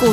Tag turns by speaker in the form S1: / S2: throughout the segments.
S1: 股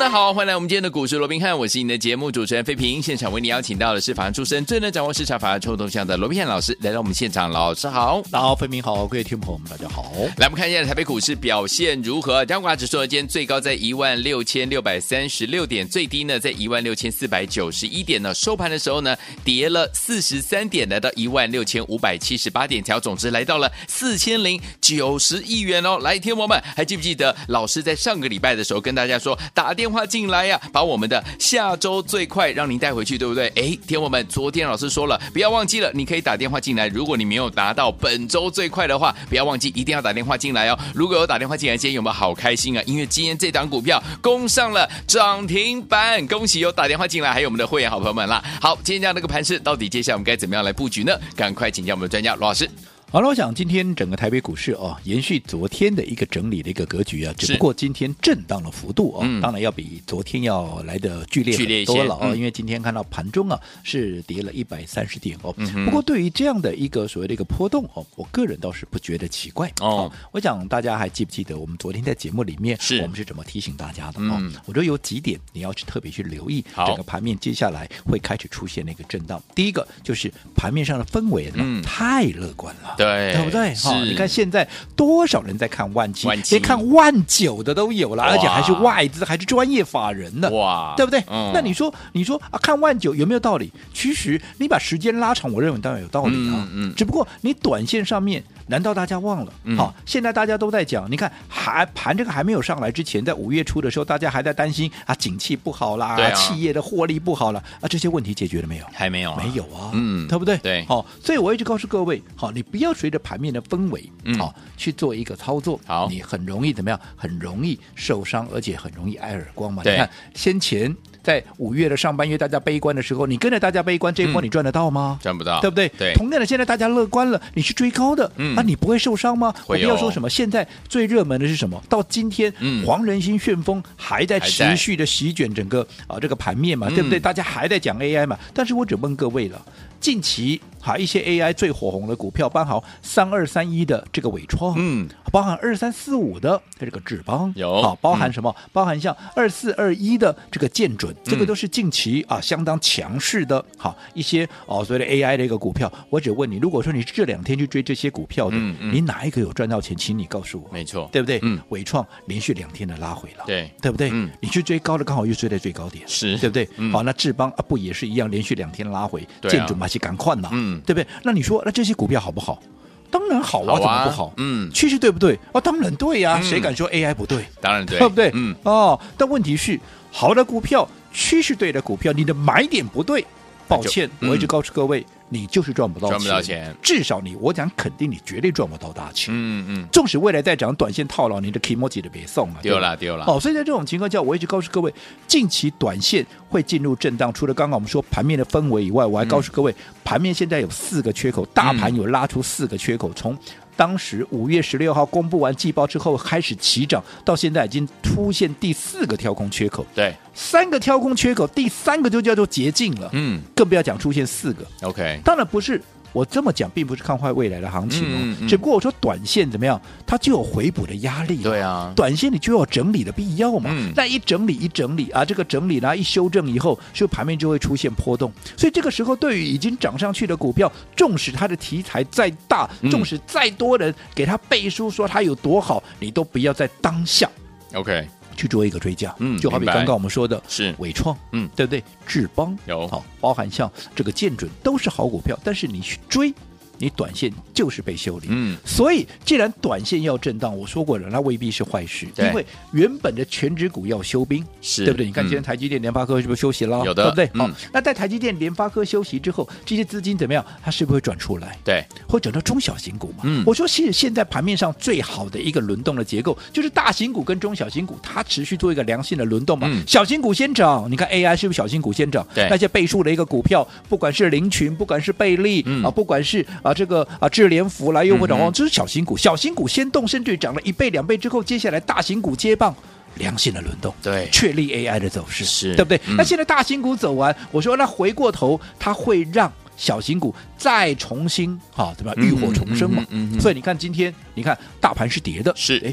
S2: 大家好，欢迎来我们今天的股市罗宾汉，我是你的节目主持人费平。现场为你邀请到的是法案出身、最能掌握市场法案臭动向的罗宾汉老师，来到我们现场，老师好。
S3: 大家好，分明好，各位听众朋友们，大家好。
S2: 来，我们看一下台北股市表现如何？加权指数呢，今天最高在一万六千六百三十六点，最低呢在一万六千四百九十一点呢。收盘的时候呢，跌了四十三点，来到一万六千五百七十八点，条总值来到了四千零九十亿元哦。来，天王们还记不记得老师在上个礼拜的时候跟大家说，打电话进来呀、把我们的下周最快让您带回去，对不对？哎，天王们，昨天老师说了，不要忘记了，你可以打电话进来，如果你没有拿到本周最快的话，不要忘记一定要打电话进来哦。如果有打电话进来，今天有没有好开心啊？因为今天这档股票攻上了涨停板，恭喜有打电话进来，还有我们的会员好朋友们啦。好，今天这样的一个盘势，到底接下来我们该怎么样来布局呢？赶快请教我们的专家罗老师。
S3: 好了，我想今天整个台北股市哦，延续昨天的一个整理的一个格局啊，只
S2: 是
S3: 不过今天震荡的幅度哦，
S2: 嗯
S3: 当然要比昨天要来的剧烈
S2: 剧烈一
S3: 很
S2: 些
S3: 多了哦，
S2: 嗯
S3: 因为今天看到盘中啊是跌了一百三十点哦。
S2: 嗯哼
S3: 不过对于这样的一个所谓的一个波动哦，我个人倒是不觉得奇怪
S2: 哦
S3: 我想大家还记不记得我们昨天在节目里面
S2: 是
S3: 我们是怎么提醒大家的哦？
S2: 嗯
S3: 我觉得有几点你要去特别去留意，
S2: 好
S3: 整个盘面接下来会开始出现那个震荡。第一个就是盘面上的氛围呢、
S2: 嗯
S3: 太乐观了。
S2: 对哦
S3: 对不对？
S2: 哎是
S3: 哈、你看现在多少人在看万七，
S2: 万七
S3: 连看万九的都有了，
S2: 哇
S3: 而且还是外资，还是专业法人呢。
S2: 哇
S3: 对不对？
S2: 嗯
S3: 那你说，你说啊，看万九有没有道理？其实你把时间拉长，我认为当然有道理
S2: 嗯
S3: 啊。
S2: 嗯嗯
S3: 只不过你短线上面，难道大家忘了？
S2: 嗯
S3: 好、现在大家都在讲，你看还盘这个还没有上来之前，在五月初的时候，大家还在担心啊，景气不好啦，
S2: 对啊
S3: 企业的获利不好啦，啊，这些问题解决了没有？
S2: 还没有、
S3: 没有啊，
S2: 嗯
S3: 对不对？
S2: 对
S3: 好、所以我一直告诉各位，好、你不要随着盘面的氛围，
S2: 嗯
S3: 好、去做一个操作，
S2: 好
S3: 你很容易怎么样？很容易受伤，而且很容易挨耳光嘛。
S2: 对
S3: 你看先前在五月的上半月，大家悲观的时候，你跟着大家悲观，这一波
S2: 嗯
S3: 你赚得到吗？
S2: 赚不到，
S3: 对不对？
S2: 对，
S3: 同样的，现在大家乐观了，你去追高的，
S2: 嗯
S3: 啊，你不会受伤吗？我
S2: 会
S3: 不
S2: 有
S3: 要说什么，现在最热门的是什么？到今天，
S2: 嗯
S3: 黄仁勋旋风还在
S2: 还在
S3: 持续的席卷整个啊这个盘面嘛，
S2: 嗯
S3: 对不对？大家还在讲 AI 嘛，但是我只问各位了，近期哈、一些 AI 最火红的股票，包含三二三一的这个伟创，
S2: 嗯，
S3: 包含二三四五的这个智邦，
S2: 有
S3: 好、包含
S2: 嗯
S3: 什么？包含像二四二一的这个建准，这个都是近期啊相当强势的，好一些哦所谓的 AI 的一个股票。我只问你，如果说你这两天去追这些股票的，
S2: 嗯嗯
S3: 你哪一个有赚到钱？请你告诉我，
S2: 没错，
S3: 对不对？
S2: 嗯，
S3: 伟创连续两天的拉回了，
S2: 对
S3: 对不对？
S2: 嗯
S3: 你去追高的，刚好又追在最高点，
S2: 是
S3: 对不对？
S2: 嗯
S3: 好，那智邦啊不也是一样，连续两天拉回，
S2: 对啊
S3: 建准嘛是赶快呐，
S2: 嗯
S3: 对不对？那你说那这些股票好不好？当然好啊，
S2: 好
S3: 怎
S2: 啊
S3: 么不好？
S2: 嗯
S3: 趋势对不对？哦，当然对呀、
S2: 嗯
S3: 谁敢说 AI 不对？
S2: 当然对，
S3: 不 对？
S2: 嗯，
S3: 哦，但问题是，好的股票，趋势对的股票，你的买点不对，抱歉，
S2: 嗯
S3: 我一直告诉各位，你就是赚不到
S2: 赚不到钱
S3: 至少你，我讲肯定你绝对赚不到大钱。
S2: 嗯嗯，
S3: 纵使未来再涨，短线套牢，你的 emoji 都别送了，
S2: 丢
S3: 对吧
S2: 了丢了，
S3: 哦，所以在这种情况下，我一直告诉各位，近期短线会进入震荡。除了刚刚我们说盘面的氛围以外，我还
S2: 嗯
S3: 告诉各位，盘面现在有四个缺口，大盘有拉出四个缺口，从。当时五月十六号公布完季报之后开始起涨，到现在已经出现第四个跳空缺口，
S2: 对，
S3: 三个跳空缺口，第三个就叫做捷径了，
S2: 嗯
S3: 更不要讲出现四个。
S2: ，OK，
S3: 当然不是，我这么讲并不是看坏未来的行情哦，
S2: 嗯嗯嗯
S3: 只不过我说短线怎么样，它就有回补的压力了。
S2: 对啊，
S3: 短线你就有整理的必要嘛。
S2: 嗯
S3: 那一整理一整理啊，这个整理呢一修正以后，就盘面就会出现波动。所以这个时候，对于已经涨上去的股票，纵使它的题材再大
S2: 嗯，
S3: 纵使再多人给它背书说它有多好，你都不要在当下
S2: OK，
S3: 去做一个追加。
S2: 嗯
S3: 就好比
S2: 明白
S3: 刚刚我们说的
S2: 是
S3: 伟创，
S2: 嗯
S3: 对不对？智邦
S2: 有
S3: 好，包含像这个建准都是好股票，但是你去追，你短线就是被修理。
S2: 嗯，
S3: 所以，既然短线要震荡，我说过了，那未必是坏事，
S2: 对
S3: 因为原本的全指股要休兵，
S2: 是，
S3: 对不对？你看
S2: 嗯
S3: 今天台积电、联发科是不是休息了？
S2: 有的
S3: 对不对？
S2: 嗯
S3: 好，那在台积电、联发科休息之后，这些资金怎么样？它是不是会转出来？
S2: 对，
S3: 会转到中小型股嘛？
S2: 嗯
S3: 我说其实现在盘面上最好的一个轮动的结构，就是大型股跟中小型股它持续做一个良性的轮动嘛。
S2: 嗯
S3: 小型股先涨，你看 AI 是不是小型股先涨？
S2: 对
S3: 那些倍数的一个股票，不管是林群，不管是贝利、
S2: 嗯
S3: 啊，不管是啊、啊这个啊智联福啦，又或者哦
S2: 嗯哼
S3: 这是小型股，小型股先动，甚至于涨了一倍两倍之后，接下来大型股接棒。良性的轮动，
S2: 对
S3: 确立 AI 的走势，
S2: 是
S3: 对不对？
S2: 嗯
S3: 那现在大型股走完，我说那回过头，它会让小型股再重新啊，对吧？
S2: 嗯
S3: 浴火重生嘛。
S2: 嗯嗯嗯嗯
S3: 所以你看今天，你看大盘是跌的，
S2: 是
S3: 哎，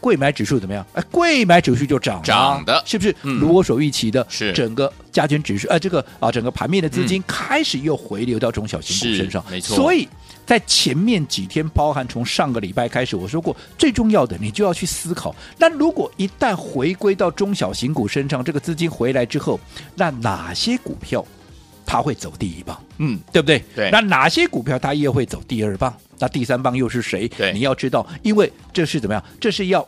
S3: 贵买指数怎么样？哎，贵买指数就涨了
S2: 涨的
S3: 是不是？
S2: 嗯
S3: 如我所预期的，
S2: 是嗯
S3: 整个加权指数，呃，这个啊，整个盘面的资金开始又回流到中小型股
S2: 是
S3: 身上，
S2: 没错
S3: 所以。在前面几天，包含从上个礼拜开始，我说过，最重要的你就要去思考。那如果一旦回归到中小型股身上，这个资金回来之后，那哪些股票它会走第一棒？
S2: 嗯，
S3: 对不对？
S2: 对
S3: 那哪些股票它又会走第二棒？那第三棒又是谁？
S2: 对
S3: 你要知道，因为这是怎么样？这是要。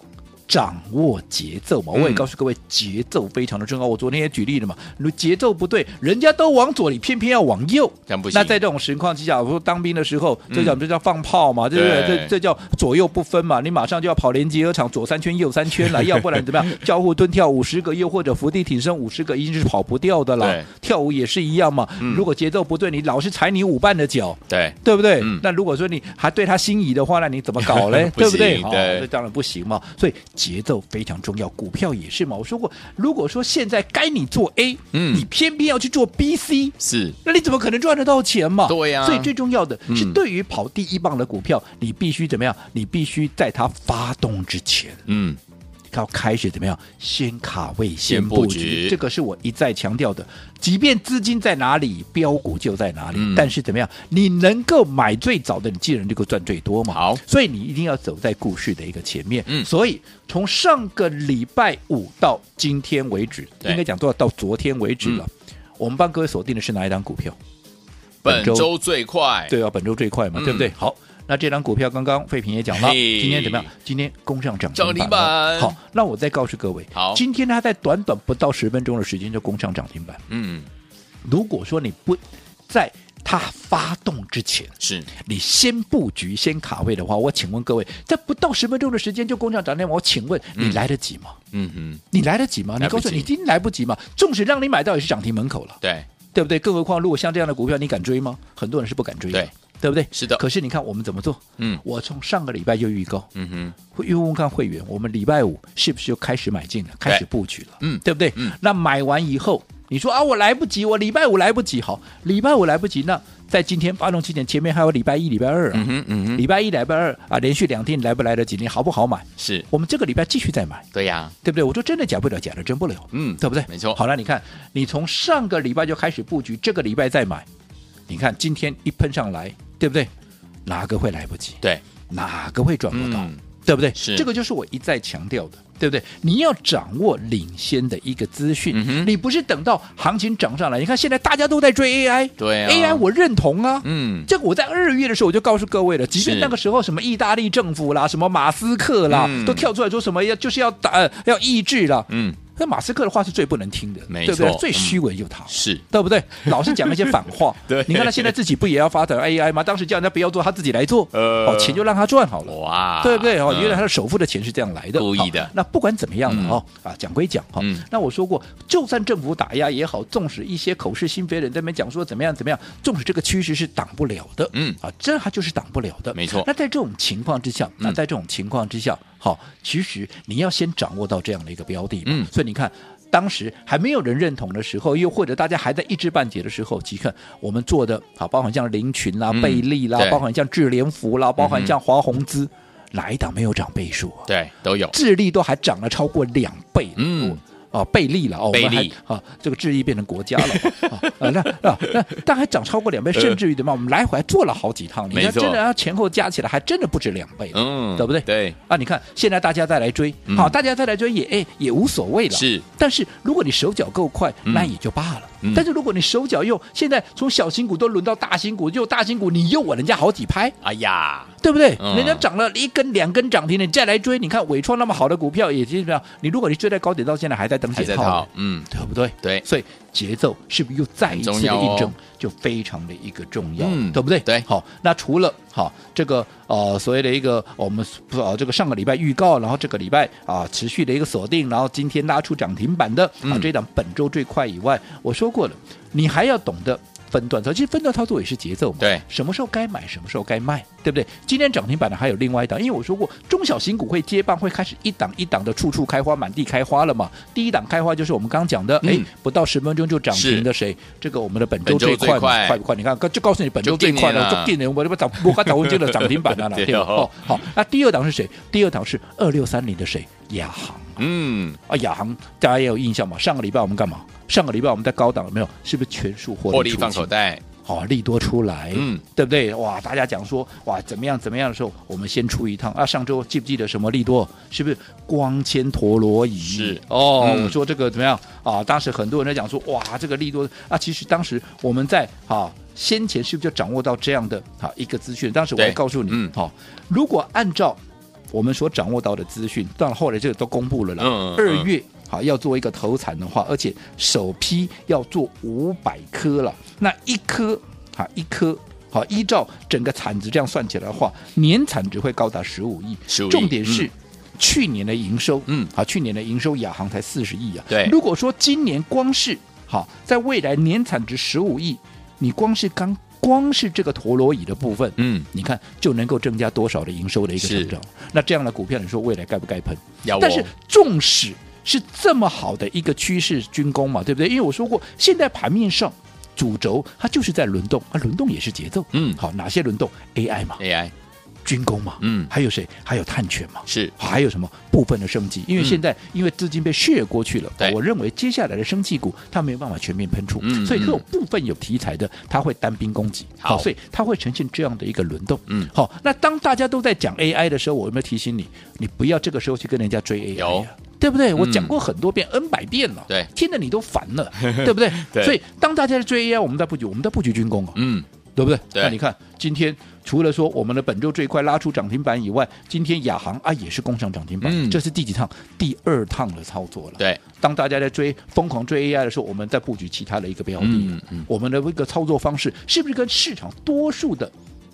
S3: 掌握节奏嘛，
S2: 嗯
S3: 我也告诉各位，节奏非常的重要。我昨天也举例了嘛，你节奏不对，人家都往左，你偏偏要往右，
S2: 这样不行
S3: 那在这种情况之下，我说当兵的时候，这叫
S2: 嗯
S3: 这叫放炮嘛，对不对？
S2: 对
S3: 这这叫左右不分嘛，你马上就要跑连集合场，左三圈右三圈了，要不然怎么样？交互蹲跳五十个，又或者伏地挺身五十个，一定是跑不掉的啦
S2: 对。
S3: 跳舞也是一样嘛，
S2: 嗯
S3: 如果节奏不对，你老是踩你舞伴的脚。
S2: 对，
S3: 对不对？
S2: 嗯
S3: 那如果说你还对他心仪的话，那你怎么搞嘞？
S2: 不行
S3: 对不对？
S2: 对
S3: 哦那当然不行嘛。所以节奏非常重要，股票也是嘛。我说过，如果说现在该你做 A，
S2: 嗯
S3: 你偏偏要去做 B、C，
S2: 是
S3: 那你怎么可能赚得到钱嘛？
S2: 对呀
S3: 所以最重要的是
S2: 嗯，
S3: 对于跑第一棒的股票，你必须怎么样？你必须在它发动之前，
S2: 嗯，
S3: 要开始怎么样？先卡位，
S2: 先
S3: 先
S2: 布
S3: 布
S2: 局
S3: 局。这个是我一再强调的。即便资金在哪里，标股就在哪里。
S2: 嗯
S3: 但是怎么样？你能够买最早的，你既然能够赚最多嘛。
S2: 好
S3: 所以你一定要走在故事的一个前面。
S2: 嗯
S3: 所以从上个礼拜五到今天为止，
S2: 对嗯
S3: 应该讲到到昨天为止了。我们帮各位锁定的是哪一档股票？
S2: 本
S3: 本周
S2: 周最快，
S3: 对啊，本周最快嘛，
S2: 嗯
S3: 对不对？好，那这张股票刚刚费平也讲了，
S2: 嘿
S3: 今天怎么样？今天攻上涨
S2: 涨
S3: 停
S2: 停
S3: 板
S2: 板
S3: 了。好，那我再告诉各位，
S2: 好
S3: 今天它在短短不到十分钟的时间就攻上涨停板。
S2: 嗯，
S3: 如果说你不在它发动之前，
S2: 是
S3: 你先布局、先卡位的话，我请问各位，在不到十分钟的时间就攻上涨停板，我请问你
S2: 嗯
S3: 来得及吗？
S2: 嗯哼，
S3: 你来得及吗？你
S2: 来不
S3: 告诉我
S2: 及
S3: 你已经来不及嘛？纵使让你买到也是涨停门口了。
S2: 对，
S3: 对不对？更何况，如果像这样的股票，你敢追吗？很多人是不敢追的，
S2: 对
S3: 不对？
S2: 是的
S3: 可是你看我们怎么做？
S2: 嗯
S3: 我从上个礼拜就预告，
S2: 嗯哼，
S3: 会问问看会员，我们礼拜五是不是就开始买进了，开始布局了？
S2: 嗯
S3: 对不对？
S2: 嗯
S3: 那买完以后，你说啊，我来不及，我礼拜五来不及，好，礼拜五来不及，那在今天发动之前，前面还有礼拜一、礼拜二啊，
S2: 嗯哼，嗯哼，
S3: 礼拜一、礼拜二啊，连续两天来不来得及？你好不好买？
S2: 是
S3: 我们这个礼拜继续再买。
S2: 对呀，
S3: 对不对？我说真的假不了，假的真不了，
S2: 嗯
S3: 对不对？
S2: 没错
S3: 好了，你看，你从上个礼拜就开始布局，这个礼拜再买，你看今天一喷上来，对不对？哪个会来不及？
S2: 对，
S3: 哪个会赚不到？
S2: 嗯
S3: 对不对？
S2: 是
S3: 这个就是我一再强调的，对不对？你要掌握领先的一个资讯，
S2: 嗯哼
S3: 你不是等到行情涨上来，你看现在大家都在追 AI，
S2: 对啊
S3: AI 我认同啊，
S2: 嗯，
S3: 这个我在二月的时候我就告诉各位了，即便
S2: 是
S3: 那个时候什么意大利政府啦，什么马斯克啦，
S2: 嗯
S3: 都跳出来说什么要就是要打、呃要抑制啦。
S2: 嗯，
S3: 那马斯克的话是最不能听的，
S2: 没
S3: 对不对
S2: 错？嗯
S3: 最虚伪就是他。
S2: 是。
S3: 对不对？老是讲那些反话
S2: 对
S3: 你看他现在自己不也要发展 AI 吗？当时叫人家不要做，他自己来做，
S2: 呃
S3: 哦，钱就让他赚好了。
S2: 哇，
S3: 对不对？哦，
S2: 嗯
S3: 原来他的首付的钱是这样来的，
S2: 故意的
S3: 好那不管怎么样
S2: 嗯
S3: 了哦，啊，讲归讲哈
S2: 嗯，
S3: 那我说过，就算政府打压也好，纵使一些口是心非的人在那边讲说怎么样怎么样，纵使这个趋势是挡不了的，
S2: 嗯
S3: 啊，这他就是挡不了的，
S2: 没错嗯
S3: 那在这种情况之下，那在这种情况之下，好，其实你要先掌握到这样的一个标的嘛，
S2: 嗯
S3: 所以你看。当时还没有人认同的时候，又或者大家还在一知半解的时候，即看我们做的啊，包含像林群啦、
S2: 嗯
S3: 贝利啦
S2: 对，
S3: 包含像智联福啦，包
S2: 嗯
S3: 含
S2: 哼
S3: 像华宏资，哪一档没有涨倍数啊？
S2: 对都有，
S3: 智利都还涨了超过两倍，
S2: 嗯
S3: 嗯。哦，贝利了哦，我
S2: 贝
S3: 们
S2: 利
S3: 还啊，这个智利变成国家了啊，啊那啊那，但还涨超过两倍，甚至于怎么样？我们来回还做了好几趟，你
S2: 呃没
S3: 看
S2: 错
S3: 真的要前后加起来，还真的不止两倍，
S2: 嗯，
S3: 对不对？
S2: 对，
S3: 啊，你看现在大家再来追
S2: 嗯，
S3: 好，大家再来追也哎也无所谓了，
S2: 是
S3: 但是如果你手脚够快，
S2: 嗯
S3: 那也就罢了
S2: 嗯。
S3: 但是如果你手脚又现在从小型股都轮到大型股，又大型股你又我人家好几拍，
S2: 哎呀，
S3: 对不对？
S2: 嗯
S3: 人家涨了一根两根涨停，你再来追，你看伟创那么好的股票，也基本上你如果你追在高点到现在还在等
S2: 还
S3: 解
S2: 在
S3: 套
S2: 套，，嗯，
S3: 对不对？
S2: 对
S3: 所以节奏是不是又再一次
S2: 很
S3: 的
S2: 重要哦
S3: 印证，就非常的一个重要，
S2: 嗯
S3: 对不对？
S2: 对
S3: 好，那除了好这个呃所谓的一个我们呃这个上个礼拜预告，然后这个礼拜啊、持续的一个锁定，然后今天拉出涨停板的啊、
S2: 嗯
S3: 这档本周最快以外，我说过了，你还要懂得分段操作，其实分段操作也是节奏嘛。
S2: 对
S3: 什么时候该买，什么时候该卖，对不对？今天涨停板的还有另外一档，因为我说过，中小型股会接棒，会开始一档一档的处处开花，满地开花了嘛。第一档开花就是我们刚刚讲的，哎、
S2: 嗯
S3: 不到十分钟就涨停的谁？这个我们的本周
S2: 本周
S3: 最快
S2: 最
S3: 嘛
S2: 快
S3: 快不快？你看，就告诉你本周
S2: 就给
S3: 最
S2: 你
S3: 快了，
S2: 了
S3: 就定人我这不涨，我刚涨完就了涨停板 了啦，
S2: 啊对哦
S3: 对吧？哦，好，那第二档是谁？第二档是二六三零的谁？亚航。
S2: 嗯，
S3: 啊，亚航大家也有印象嘛？上个礼拜我们干嘛？上个礼拜我们在高档有没有？是不是全数获
S2: 获
S3: 利
S2: 利
S3: 出
S2: 放
S3: 清
S2: 口袋，
S3: 好、利多出来，
S2: 嗯，
S3: 对不对？哇，大家讲说哇怎么样怎么样的时候，我们先出一趟啊。上周记不记得什么利多？是不是光纤陀螺仪？
S2: 是
S3: 哦，
S2: 嗯
S3: 我们说这个怎么样啊？当时很多人在讲说哇这个利多啊，其实当时我们在啊。先前是不是就掌握到这样的啊一个资讯？当时我还
S2: 对
S3: 告诉你，
S2: 嗯
S3: 好、如果按照我们所掌握到的资讯，当然后来这个都公布了啦。
S2: 嗯嗯
S3: 二
S2: 嗯
S3: 月好要做一个投产的话，而且首批要做五百颗了，那一颗啊一颗。好，依照整个产值这样算起来的话，年产值会高达十五亿。
S2: 15亿
S3: 重点是、
S2: 嗯
S3: 去年的营收，
S2: 嗯
S3: 好，去年的营收亚航才四十亿啊。
S2: 对
S3: 如果说今年光是好，在未来年产值十五亿，你光是刚光是这个陀螺仪的部分，
S2: 嗯，
S3: 你看就能够增加多少的营收的一个
S2: 是哦
S3: 成长？那这样的股票，你说未来该不该喷？
S2: 要我
S3: 但是纵使是这么好的一个趋势军工嘛，对不对？因为我说过，现在盘面上主轴它就是在轮动，啊，轮动也是节奏。
S2: 嗯哎
S3: 好，哪些轮动？AI 嘛，
S2: AI
S3: 军工嘛，
S2: 嗯
S3: 还有谁？还有碳权嘛。
S2: 是
S3: 还有什么部分的升级？因为
S2: 嗯
S3: 现在、因为资金被削过去了
S2: 对，
S3: 我认为接下来的升级股它没有办法全面喷出，
S2: 嗯
S3: 所以
S2: 嗯
S3: 会有部分有题材的，它会单兵攻击，
S2: 好
S3: 所以它会呈现这样的一个轮动。
S2: 嗯
S3: 好、那当大家都在讲 AI 的时候，我有没有提醒你，你不要这个时候去跟人家追 AI？、
S2: 有
S3: 对不对？我
S2: 嗯
S3: 讲过很多遍、n 百遍了，
S2: 对
S3: 听得你都烦 了，对不对？
S2: 对
S3: 所以当大家在追 AI，我们在布局，我们在布局军工哦，
S2: 嗯，
S3: 对不对？
S2: 对
S3: 那你看，今天除了说我们的本周最快拉出涨停板以外，今天亚航啊也是攻上涨停板，
S2: 嗯
S3: 这是第几趟？第二趟的操作了。
S2: 对，
S3: 当大家在追疯狂追 AI 的时候，我们在布局其他的一个标的，
S2: 嗯嗯
S3: 我们的一个操作方式是不是跟市场多数的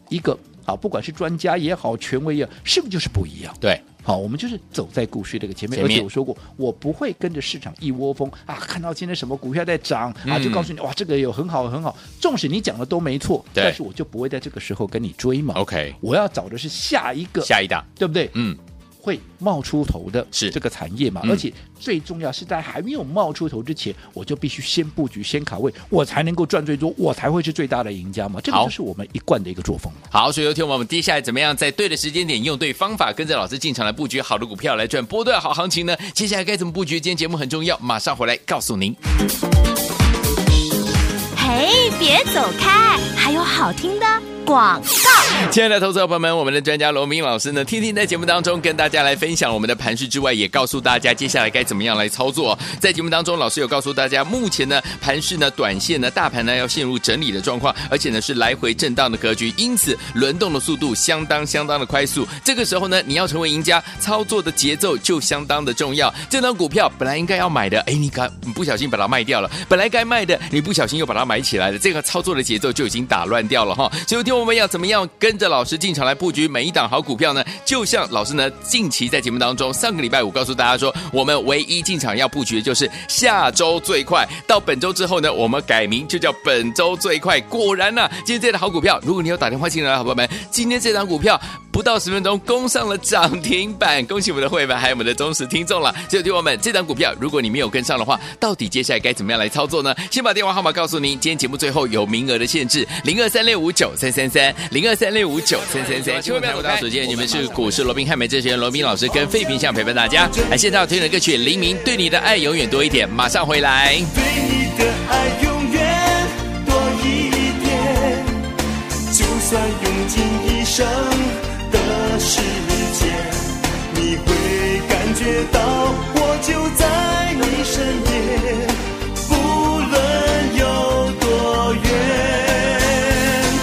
S3: 一个啊，不管是专家也好，权威也好，是不是就是不一样？
S2: 对，
S3: 好，我们就是走在股市这个前面，
S2: 前面
S3: 而且我说过，我不会跟着市场一窝蜂啊，看到今天什么股票在涨啊，
S2: 嗯
S3: 就告诉你哇，这个有很好很好。纵使你讲的都没错，
S2: 对
S3: 但是我就不会在这个时候跟你追嘛。
S2: OK
S3: 我要找的是下一个，
S2: 下一档，
S3: 对不对？
S2: 嗯，
S3: 会冒出头的
S2: 是
S3: 这个产业嘛，
S2: 嗯
S3: 而且最重要是在还没有冒出头之前，我就必须先布局、先卡位，我才能够赚最多，我才会是最大的赢家嘛。这个
S2: 好
S3: 就是我们一贯的一个作风嘛。
S2: 好，所以有听我们接下来怎么样在对的时间点用对方法，跟着老师进场来布局好的股票，来赚波段好行情呢？接下来该怎么布局？今天节目很重要，马上回来告诉您。
S1: 嘿，别走开，还有好听的广告。
S2: 亲爱的投资者朋友们，我们的专家罗明老师呢，天天在节目当中跟大家来分享我们的盘势之外，也告诉大家接下来该怎么样来操作。在节目当中，老师有告诉大家，目前呢盘势呢短线呢大盘呢要陷入整理的状况，而且呢是来回震荡的格局，因此轮动的速度相当相当的快速。这个时候呢，你要成为赢家，操作的节奏就相当的重要。这张股票本来应该要买的，哎，你刚你不小心把它卖掉了；本来该卖的，你不小心又把它买起来了，这个操作的节奏就已经打乱掉了哈。所以今天我们要怎么样跟着老师进场来布局每一档好股票呢？就像老师呢近期在节目当中，上个礼拜五告诉大家说，我们唯一进场要布局的就是下周最快。到本周之后呢，我们改名就叫本周最快。果然呢、啊今天这档好股票，如果你有打电话进来的好朋友们，今天这档股票不到十分钟攻上了涨停板，恭喜我们的会员还有我们的忠实听众了。所以，听友们，这档股票如果你没有跟上的话，到底接下来该怎么样来操作呢？先把电话号码告诉您，今天节目最后有名额的限制，零二三六五九三三三，零二三六五九三三三。千万不要走开！首先，你们是股市罗宾汉美这些人，罗宾老师跟费平相陪伴大家。来，现在要听的歌曲《黎明对你的爱永远多一点》，马上回来。
S4: 对你的爱永远多一点，就算用尽一生的时间，你会感觉到我就在你身边，不论有多远。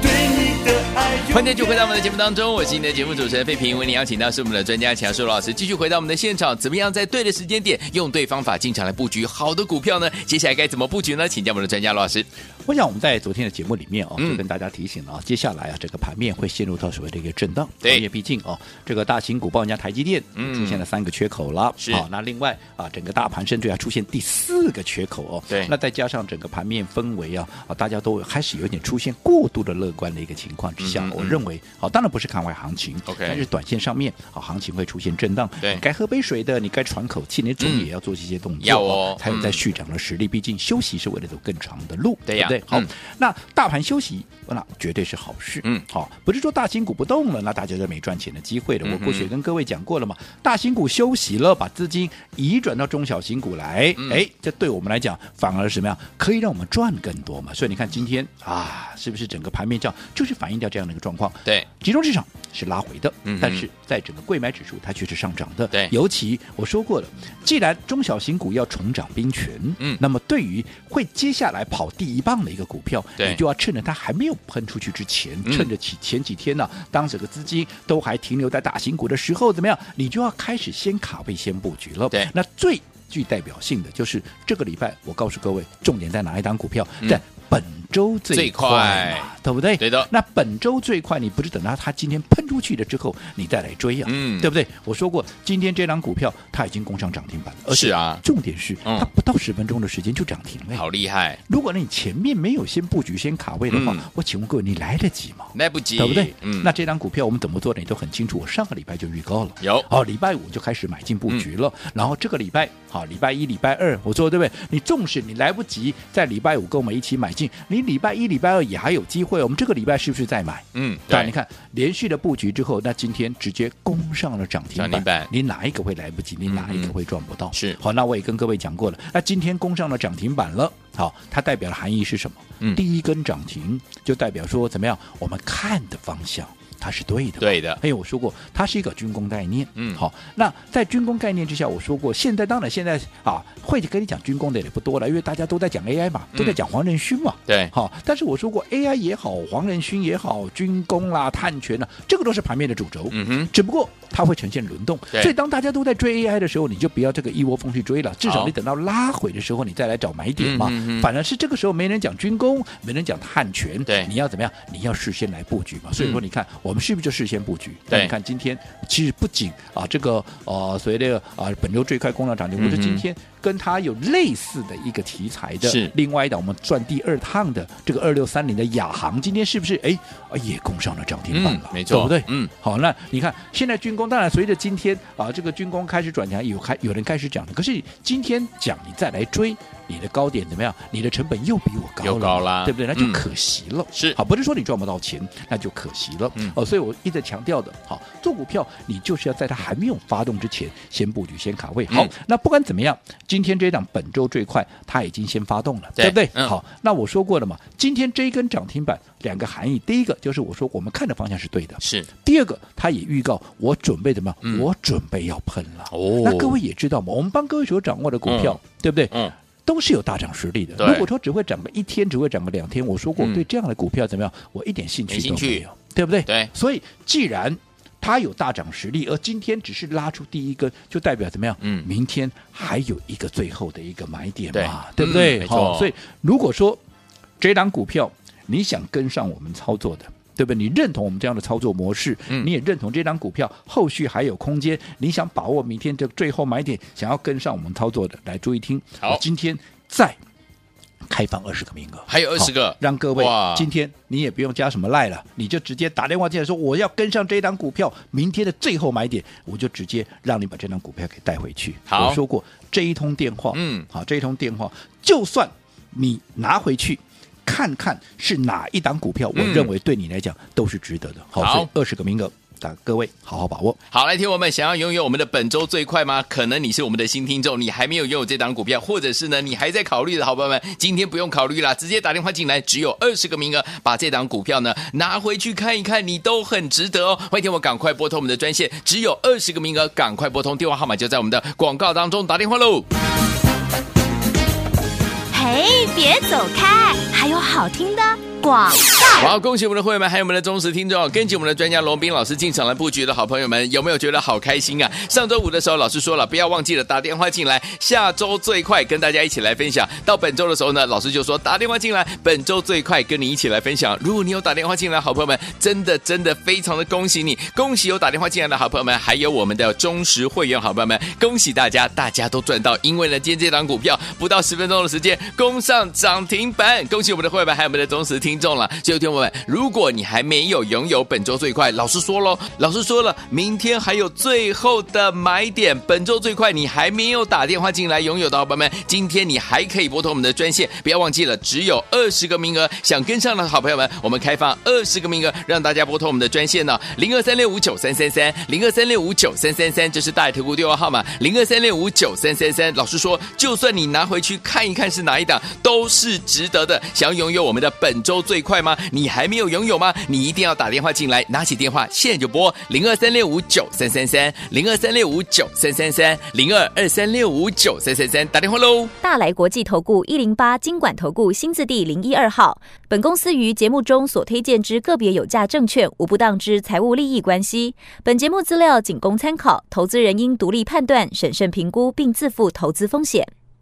S4: 对你的爱永远多一点。
S2: 欢迎继续回到我们的节目当中，我是你的节目主持人费平，为你邀请到是我们的专家强硕老师，继续回到我们的现场，怎么样在对的时间点用对方法进场来布局好的股票呢？接下来该怎么布局呢？请教我们的专家罗老师。
S3: 我想我们在昨天的节目里面哦，
S2: 嗯
S3: 就跟大家提醒了啊，接下来啊，整个盘面会陷入到所谓的一个震荡，
S2: 对
S3: 因为毕竟哦，这个大型股报人家台积电
S2: 嗯
S3: 出现了三个缺口了，
S2: 是
S3: 好，那另外啊，整个大盘甚至要出现第四个缺口哦，
S2: 对
S3: 那再加上整个盘面氛围啊，啊，大家都开始有点出现过度的乐观的一个情况之下，
S2: 嗯嗯嗯
S3: 我认为好，当然不是看坏行情
S2: OK
S3: 但是短线上面啊，行情会出现震荡，
S2: 对
S3: 你该喝杯水的，你该喘口气，你总
S2: 嗯
S3: 也要做这些动作，
S2: 要哦
S3: 才有在
S2: 嗯
S3: 续涨的实力，毕竟休息是为了走更长的路，
S2: 对呀
S3: 不对？好
S2: 嗯，
S3: 那大盘休息，那绝对是好事。
S2: 嗯
S3: 好，不是说大型股不动了，那大家就没赚钱的机会了。
S2: 嗯
S3: 我
S2: 哼
S3: 过去也跟各位讲过了嘛，大型股休息了，把资金移转到中小型股来
S2: 嗯，
S3: 哎、这对我们来讲反而是什么样？可以让我们赚更多嘛。所以你看今天啊，是不是整个盘面这样，就是反映掉这样的一个状况？
S2: 对，
S3: 集中市场是拉回的，
S2: 嗯哼
S3: 但是在整个贵买指数它却是上涨的。
S2: 对
S3: 尤其我说过了，既然中小型股要重掌兵权，
S2: 嗯
S3: 那么对于会接下来跑第一棒的一个股票，
S2: 对
S3: 你就要趁着它还没有喷出去之前，
S2: 嗯
S3: 趁着前前几天呢、当整个资金都还停留在大型股的时候，怎么样？你就要开始先卡位、先布局了。
S2: 对
S3: 那最具代表性的就是这个礼拜，我告诉各位，重点在哪一档股票，
S2: 嗯
S3: 在本周最
S2: 最
S3: 快
S2: 快
S3: 嘛，对不对？
S2: 对的
S3: 那本周最快，你不是等到它今天喷出去了之后，你再来追呀、啊
S2: 嗯
S3: 对不对？我说过，今天这档股票它已经攻上涨停板了，而且
S2: 是啊
S3: 重点是、
S2: 嗯
S3: 它不到十分钟的时间就涨停了。
S2: 好，厉害，
S3: 如果你前面没有先布局、先卡位的话，
S2: 嗯
S3: 我请问各位，你来得及吗？
S2: 来不及，
S3: 对不对？
S2: 嗯，
S3: 那这张股票我们怎么做的，你都很清楚。我上个礼拜就预告了，
S2: 有
S3: 哦，礼拜五就开始买进布局了，
S2: 嗯
S3: 然后这个礼拜，好，礼拜一、礼拜二，我说对不对？你纵使你来不及在礼拜五跟我们一起买进，你礼拜一、礼拜二也还有机会。我们这个礼拜是不是再买？
S2: 嗯，
S3: 但
S2: 对，
S3: 你，看连续的布局之后，那今天直接攻上了涨停
S2: 涨停板
S3: 你哪一个会来不及？你哪一
S2: 啊嗯
S3: 个
S2: 嗯
S3: 会赚不到？
S2: 是
S3: 好，那我也跟各位讲过了，那今天攻上了涨停板了，好，它代表的含义是什么？
S2: 嗯
S3: 第一根涨停就代表说怎么样？我们看的方向它是对的，
S2: 对的，
S3: 哎，我说过，它是一个军工概念。
S2: 嗯
S3: 好，那在军工概念之下，我说过，现在当然现在啊，会跟你讲军工的也不多了，因为大家都在讲 AI 嘛，都在
S2: 嗯
S3: 讲黄仁勋嘛。
S2: 对，
S3: 好，但是我说过，AI 也好，黄仁勋也好，军工啦、碳权啦，这个都是盘面的主轴。
S2: 嗯哼，
S3: 只不过它会呈现轮动，
S2: 对
S3: 所以当大家都在追 AI 的时候，你就不要这个一窝蜂去追了，至
S2: 好
S3: 少你等到拉回的时候，你再来找买点嘛。
S2: 嗯嗯嗯
S3: 反而是这个时候没人讲军工，没人讲碳权，
S2: 对嗯
S3: 你要怎么样？你要事先来布局嘛。所以说，你看、我们是不是就事先布局？
S2: 对
S3: 那你看今天其实不仅啊，这个呃所谓的啊、本周最快攻上涨停，我说
S2: 嗯
S3: 今
S2: 哼
S3: 天跟它有类似的一个题材的，
S2: 是
S3: 另外一档我们赚第二趟的这个二六三零的亚航，今天是不是哎啊也攻上了涨停
S2: 嗯
S3: 板了？，
S2: 没错，
S3: 对不对？
S2: 嗯，
S3: 好，那你看现在军工，当然随着今天啊这个军工开始转强，有开有人开始讲了。可是今天讲你再来追，你的高点怎么样？你的成本又比我高了，
S2: 又高啦
S3: 对不对？那就
S2: 嗯
S3: 可惜了。
S2: 是
S3: 好，不是说你赚不到钱，那就可惜了。
S2: 嗯
S3: 哦，所以我一直强调的，好，做股票你就是要在它还没有发动之前，先布局，先卡位。好，
S2: 嗯
S3: 那不管怎么样，今天这一档本周最快，它已经先发动了，
S2: 对
S3: 不对？
S2: 嗯
S3: 好，那我说过了嘛，今天这一根涨停板两个含义，第一个就是我说我们看的方向是对的，
S2: 是，
S3: 第二个，他也预告我准备怎么样？
S2: 嗯
S3: 我准备要喷了。
S2: 哦
S3: 那各位也知道嘛，我们帮各位所掌握的股票，对不对？
S2: 嗯，
S3: 都是有大涨实力的。
S2: 对
S3: 如果说只会涨个一天，只会涨个两天，我说过
S2: 嗯
S3: 对这样的股票怎么样，我一点兴趣
S2: 没兴
S3: 都
S2: 趣
S3: 没有，对不对？
S2: 对
S3: 所以既然它有大涨实力，而今天只是拉出第一根，就代表怎么样？
S2: 嗯
S3: 明天还有一个最后的一个买点嘛，
S2: 对
S3: 对不对？
S2: 嗯没错
S3: 好，所以如果说这档股票你想跟上我们操作的。对不对？你认同我们这样的操作模式，
S2: 嗯
S3: 你也认同这张股票后续还有空间，你想把握明天这最后买点，想要跟上我们操作的，来注意听。
S2: 好
S3: 我今天再开放二十个名额，
S2: 还有二十个
S3: 好，让各位
S2: 哇
S3: 今天你也不用加什么赖了，你就直接打电话进来说我要跟上这一档股票，明天的最后买点，我就直接让你把这档股票给带回去。
S2: 好
S3: 我说过这一通电话，
S2: 嗯
S3: 好，这一通电话，就算你拿回去。看看是哪一档股票，我
S2: 嗯
S3: 认为对你来讲都是值得的。
S2: 好
S3: 好，二十个名额，打各位好好把握。
S2: 好，来听我们想要拥有我们的本周最快吗？可能你是我们的新听众，你还没有拥有这档股票，或者是呢你还在考虑的好朋友们，今天不用考虑啦，直接打电话进来，只有二十个名额，把这档股票呢拿回去看一看，你都很值得哦。欢迎听我赶快拨通我们的专线，只有二十个名额，赶快拨通，电话号码就在我们的广告当中，打电话喽。
S1: 嘿，别走开，还有好听的广。
S2: 哇！恭喜我们的会员们，还有我们的忠实听众，跟紧我们的专家龙斌老师进场来布局的好朋友们，有没有觉得好开心啊？上周五的时候，老师说了，不要忘记了打电话进来，下周最快跟大家一起来分享。到本周的时候呢，老师就说打电话进来，本周最快跟你一起来分享。如果你有打电话进来，好朋友们，真的真的非常的恭喜你，恭喜有打电话进来的好朋友们，还有我们的忠实会员好朋友们，恭喜大家，大家都赚到，因为呢，今天这档股票不到十分钟的时间攻上涨停板，恭喜我们的会员们，还有我们的忠实听众了。所以，听众朋友们，如果你还没有拥有本周最快，老师说喽，老师说了，明天还有最后的买点，本周最快你还没有打电话进来拥有的好朋友们，今天你还可以拨通我们的专线，不要忘记了，只有二十个名额，想跟上的好朋友们，我们开放二十个名额，让大家拨通我们的专线呢、零二三六五九三三三，零二三六五九三三三，这是大台投顾电话号码，零二三六五九三三三。老师说，就算你拿回去看一看是哪一档，都是值得的。想要拥有我们的本周最快吗？你还没有拥有吗？你一定要打电话进来，拿起电话现在就拨零二三六五九三三三，零二三六五九三三三，零二二三六五九三三三，打电话喽。
S5: 大来国际投顾一零八金管投顾新字第零一二号。本公司于节目中所推荐之个别有价证券，无不当之财务利益关系。本节目资料仅供参考，投资人应独立判断、审慎评估，并自负投资风险。